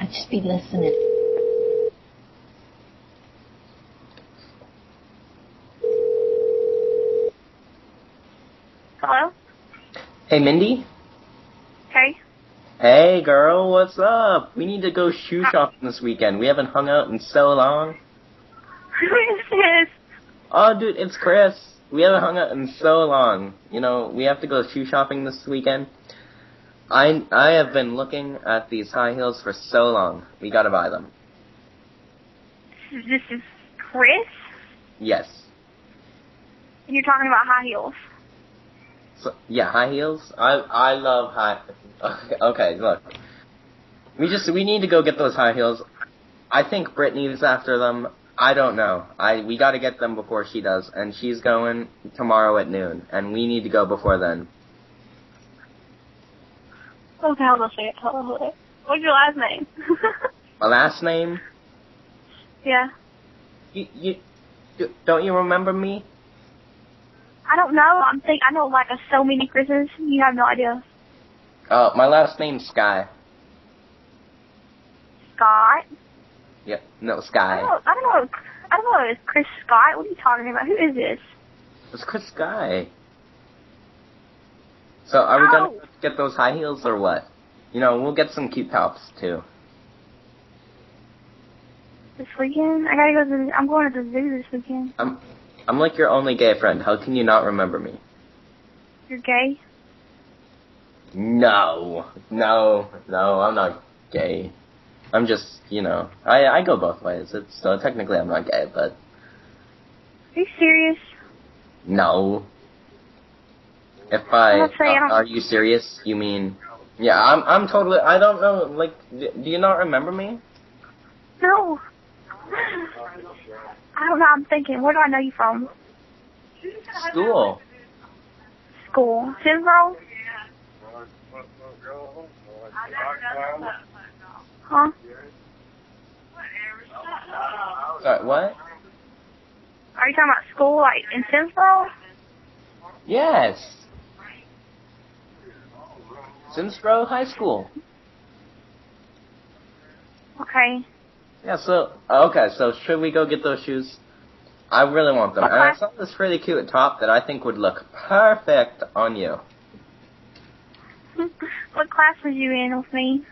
Just be listening. Hello? Hey, Mindy. Hey? Hey, girl. What's up? We need to go shoe shopping this weekend. We haven't hung out in so long. Who is this? Oh, dude, it's Chris. We haven't hung out in so long. You know, we have to go shoe shopping this weekend. I I have been looking at these high heels for so long. We gotta buy them. This is Chris? Yes. And you're talking about high heels. So, yeah, high heels. I I love high. Okay, look. We just we need to go get those high heels. I think Brittany is after them. I don't know. I we got to get them before she does, and she's going tomorrow at noon, and we need to go before then. What Oh, the hell is it? Hold on, hold on. What's your last name? My last name. yeah. You, you you- don't you remember me? I don't know. I'm think I know like a, so many Chris's. You have no idea. Uh, my last name's Sky. Scott? Yep. No, I Sky. don't, I don't know. I don't know. It's Chris Scott. What are you talking about? Who is this? It's Chris Sky. So are we gonna Ow. get those high heels or what? You know, we'll get some cute tops too. This weekend? I gotta go to the, I'm going to the zoo this weekend. I'm I'm like your only gay friend. How can you not remember me? You're gay? No, no, no. I'm not gay. I'm just, you know, I I go both ways. It's so technically I'm not gay, but Are you serious? no. If I I'm not saying I are, don't- are you serious? You mean? Yeah, I'm I'm totally. I don't know. Like, d- do you not remember me? No. I don't know. I'm thinking. Where do I know you from? School. School. Central? Huh? Sorry, Uh, what? Are you talking about school, like in Central? Yes. Sinsbro High School. Okay. Yeah, so uh, okay, so should we go get those shoes? I really want them. And I Okay. saw this really cute top that I think would look perfect on you. what class was you in with me?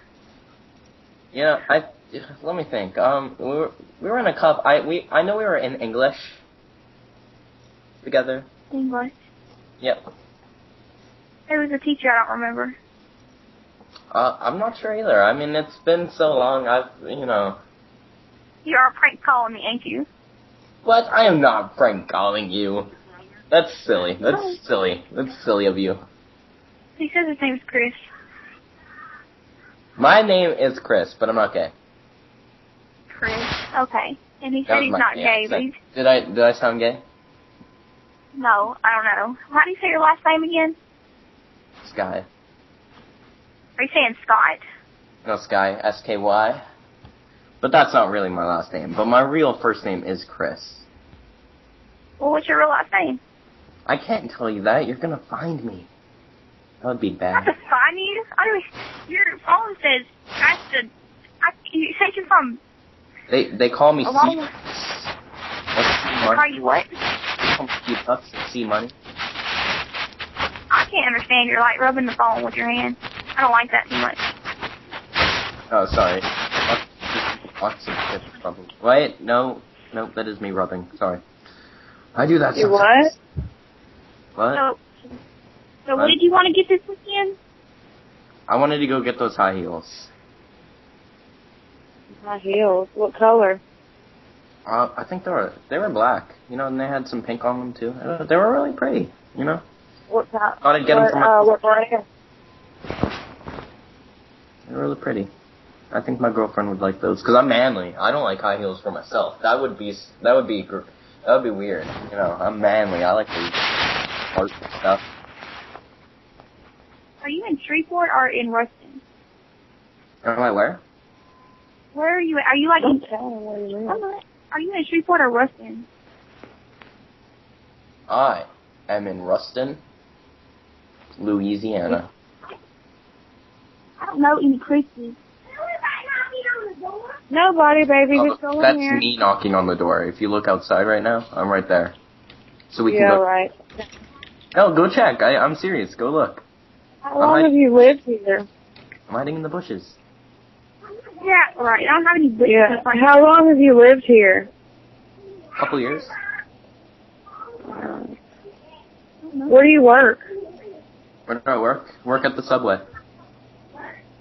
You know, I let me think. Um, we were we were in a cup. I we I know we were in English together. English. Yep. There was a teacher. I don't remember. Uh, I'm not sure either. I mean, it's been so long. I've you know, You are prank calling me, ain't you? but I am not prank calling you. That's silly. That's silly. That's silly of you. He says his name's Chris. My name is Chris, but I'm not gay. Chris. Okay. And he That said was he's my- not yeah, gay, but so- he's Did I did I sound gay? no. I don't know. How do you say your last name again? Sky. Are you saying Scott? No, Sky. S K Y. But that's not really my last name. But my real first name is Chris. Well, what's your real last name? I can't tell you that. You're gonna find me. That would be I have to bad. find you. I don't. Your phone says I have to. I, you said you're from. They they call me A lot C. of- What's C Are money? you what? They call me C bucks. C money. I can't understand. You're like rubbing the phone with your hand. I don't like that too much. Oh, sorry. Lots of different rubbing. Wait, no, no, that is me rubbing. Sorry. I do that. You sometimes. What? So, so what did you want to get this weekend? I wanted to go get those high heels. My heels. What color? Uh, I think they were they were black, you know, and they had some pink on them too. Uh, they were really pretty, you know. What type? Thought I'd get what, them from uh, my what brand? they were really pretty. I think my girlfriend would like those because I'm manly. I don't like high heels for myself. That would be s- that would be gr- that would be weird, you know. I'm manly. I like the art stuff. Are you in Shreveport or in Ruston? Am I where? Where are you? At? Are you like in? Don't tell them what it is. I'm not- Are you in Shreveport or Ruston? I am in Ruston, Louisiana. I don't know any Chris's. Nobody, baby. Oh, Who's going that's here? me knocking on the door. If you look outside right now, I'm right there. So we yeah, can go. right. No, go check. I, I'm serious. Go look. How I'm long hiding- have you lived here? I'm hiding in the bushes. Yeah, right. I don't have any boots. Yeah. It's like, How long have you lived here? Couple years. Where do you work? Where do I work? Work at the subway.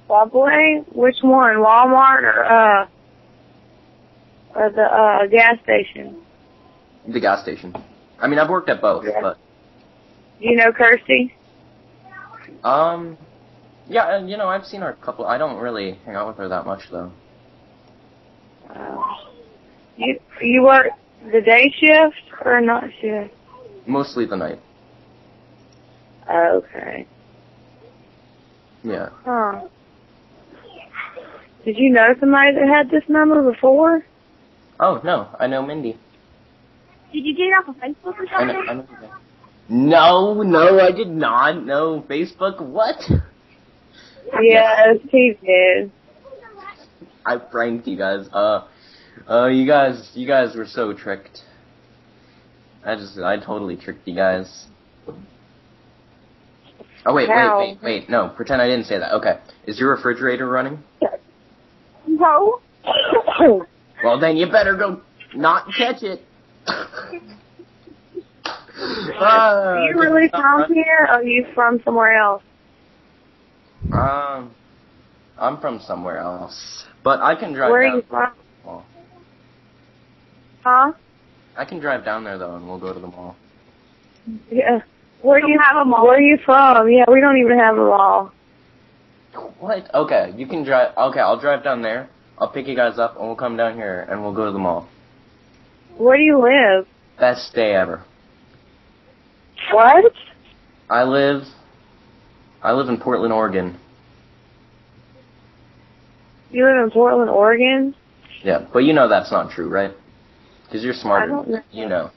Subway? Which one? Walmart or uh or the uh gas station? The gas station. I mean, I've worked at both, Yeah. but You know Kirsty? um, yeah, and you know, I've seen her a couple. I don't really hang out with her that much though. Uh, you you work the day shift or night shift? Mostly the night. Oh, Okay. Yeah. Huh. Did you know somebody that had this number before? Oh no, I know Mindy. Did you get it off of Facebook or I know. something? I know Mindy. no, no, I did not. No, Facebook. What? Yes, he did. I pranked you guys. Uh, uh, you guys, you guys were so tricked. I just, I totally tricked you guys. Oh wait, wait, How? wait, wait. No, pretend I didn't say that. Okay, is your refrigerator running? No. Well, then you better go not catch it. Ah, Are you really it's not from here or are you from somewhere else? running. Um, I'm from somewhere else, but I can drive. Where are down. you from? Mall. Huh? I can drive down there though, and we'll go to the mall. Yeah. Where Don't you have a mall. Where you from? Yeah, we don't even have a mall. What? Okay, you can drive. Okay, I'll drive down there. I'll pick you guys up, and we'll come down here, and we'll go to the mall. Where do you live? Best day ever. What? I live. I live in Portland, Oregon. You live in Portland, Oregon? Yeah, but you know that's not true, right? Because you're smarter. I don't know. You know.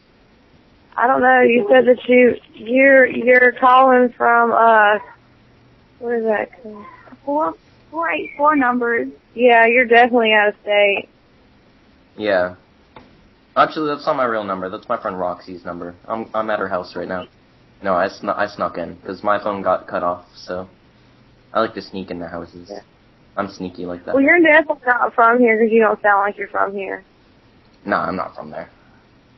I don't know. You said that you you're you're calling from uh what is that? called? Four, four, eight, four numbers. Yeah, you're definitely out of state. Yeah. Actually, that's not my real number. That's my friend Roxy's number. I'm I'm at her house right now. No, I snuck I snuck in because my phone got cut off. So I like to sneak in the houses. Yeah. I'm sneaky like that. Well, you're definitely not from here because you don't sound like you're from here. No, I'm not from there.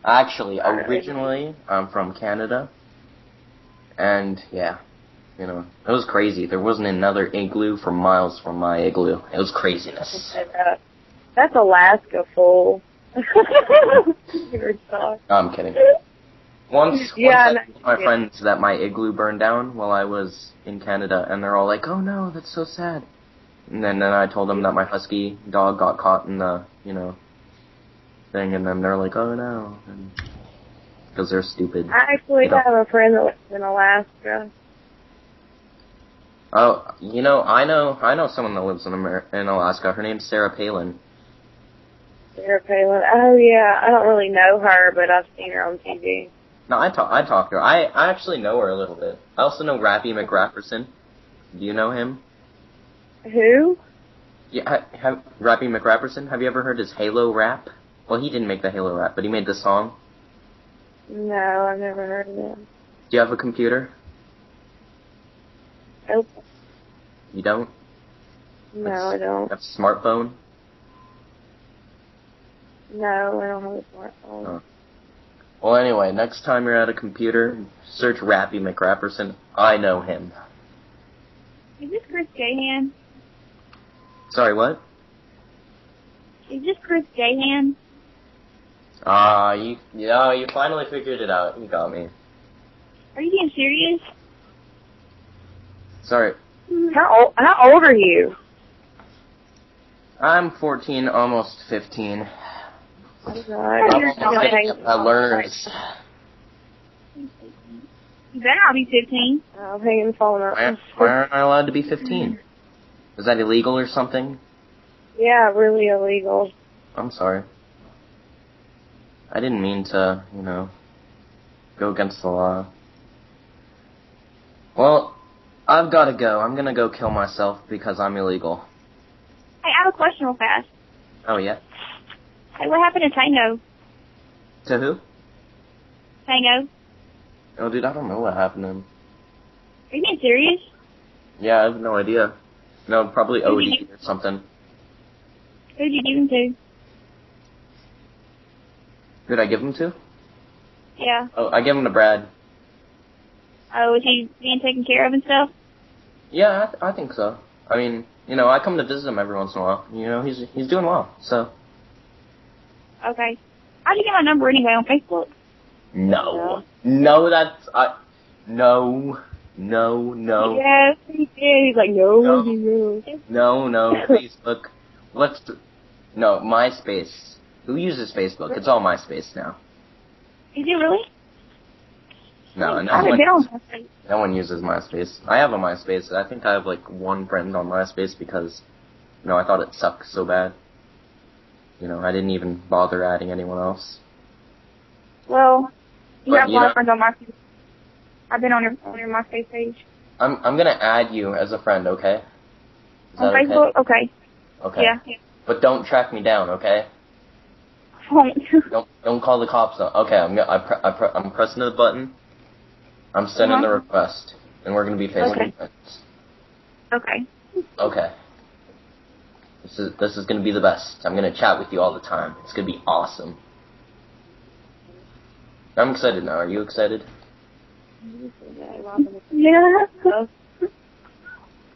Actually, Alright. originally, I'm from Canada. And, yeah, you know, it was crazy. There wasn't another igloo for miles from my igloo. It was craziness. Uh, That's Alaska, fool. You're sorry. No, I'm kidding. Once, Yeah, once I no, told my yeah. friends that my igloo burned down while I was in Canada, and they're all like, oh no, that's so sad. And then, then I told them that my husky dog got caught in the, you know, thing, and then they're like, oh no. Because they're stupid. I actually Yeah. have a friend that lives in Alaska. Oh, you know, I know, I know someone that lives in Amer- in Alaska. Her name's Sarah Palin. Sarah Palin. Oh yeah, I don't really know her, but I've seen her on TV. No, I talk, I talked to her. I, I actually know her a little bit. I also know Rappy McRapperson. Do you know him? Who? Yeah, ha- have, Rappy McRapperson. Have you ever heard his Halo rap? Well, he didn't make the Halo rap, but he made the song. No, I've never heard of them. Do you have a computer? Nope. You don't. No, I You don't. have a smartphone. No, I don't have a smartphone. Oh. Well, anyway, next time you're at a computer, search Rappy McRapperson. I know him. Is this Chris Gahan? Sorry, what? Is this Chris Gahan? Ah, you, yeah, you finally figured it out. You got me. Are you being serious? Sorry, Oh. How old? How old are you? I'm 14, almost 15. I don't know. Oh, I you're just don't so hang- I learned. You better not be 15. I'm hanging the phone Why, up. why aren't I allowed to be 15? Is that illegal or something? yeah, really illegal. I'm sorry. I didn't mean to, you know, go against the law. Well, I've gotta go. I'm gonna go kill myself because I'm illegal. Hey, I have a question real fast. Oh yeah. Hey, what happened to Tango? To who? Tango? Oh dude, I don't know what happened to him. Are you being serious? Yeah, I have no idea. No, probably Who OD did you- or something. Who'd you give him to? Who'd I give him to? Yeah. Oh, I gave him to Brad. Oh, is he being taken care of and stuff? Yeah, I, th- I think so. I mean, you know, I come to visit him every once in a while. You know, he's he's doing well. So Okay. How'd you get my number anyway on Facebook? no, no, that's I, no, no, no, Yes, he did. He's like, no, No. you no, know. no. Facebook, what's the, no MySpace? Who uses Facebook? It's all MySpace now. Is he really? Uh, No, I no haven't one, been on Facebook. no one uses MySpace. I have a MySpace. I think I have like one friend on MySpace because, you know, I thought it sucked so bad. You know, I didn't even bother adding anyone else. Well, you But have a you lot of know- friends on my I've been on your, on your MySpace page. I'm I'm gonna add you as a friend, okay? Is on that Oh, okay? Facebook? Okay. Okay. Yeah. But don't track me down, okay? Don't don't call the cops. On. Okay, I'm gonna, I pre- I pre- I'm pressing the button. I'm sending the Uh-huh. request, and we're gonna be facing Okay. friends. okay. Okay. This is this is gonna be the best. I'm gonna chat with you all the time. It's gonna be awesome. I'm excited now. Are you excited? Yeah.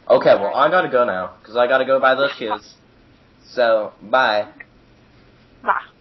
Okay, well I gotta go now because I gotta go buy those shoes. So bye. Bye.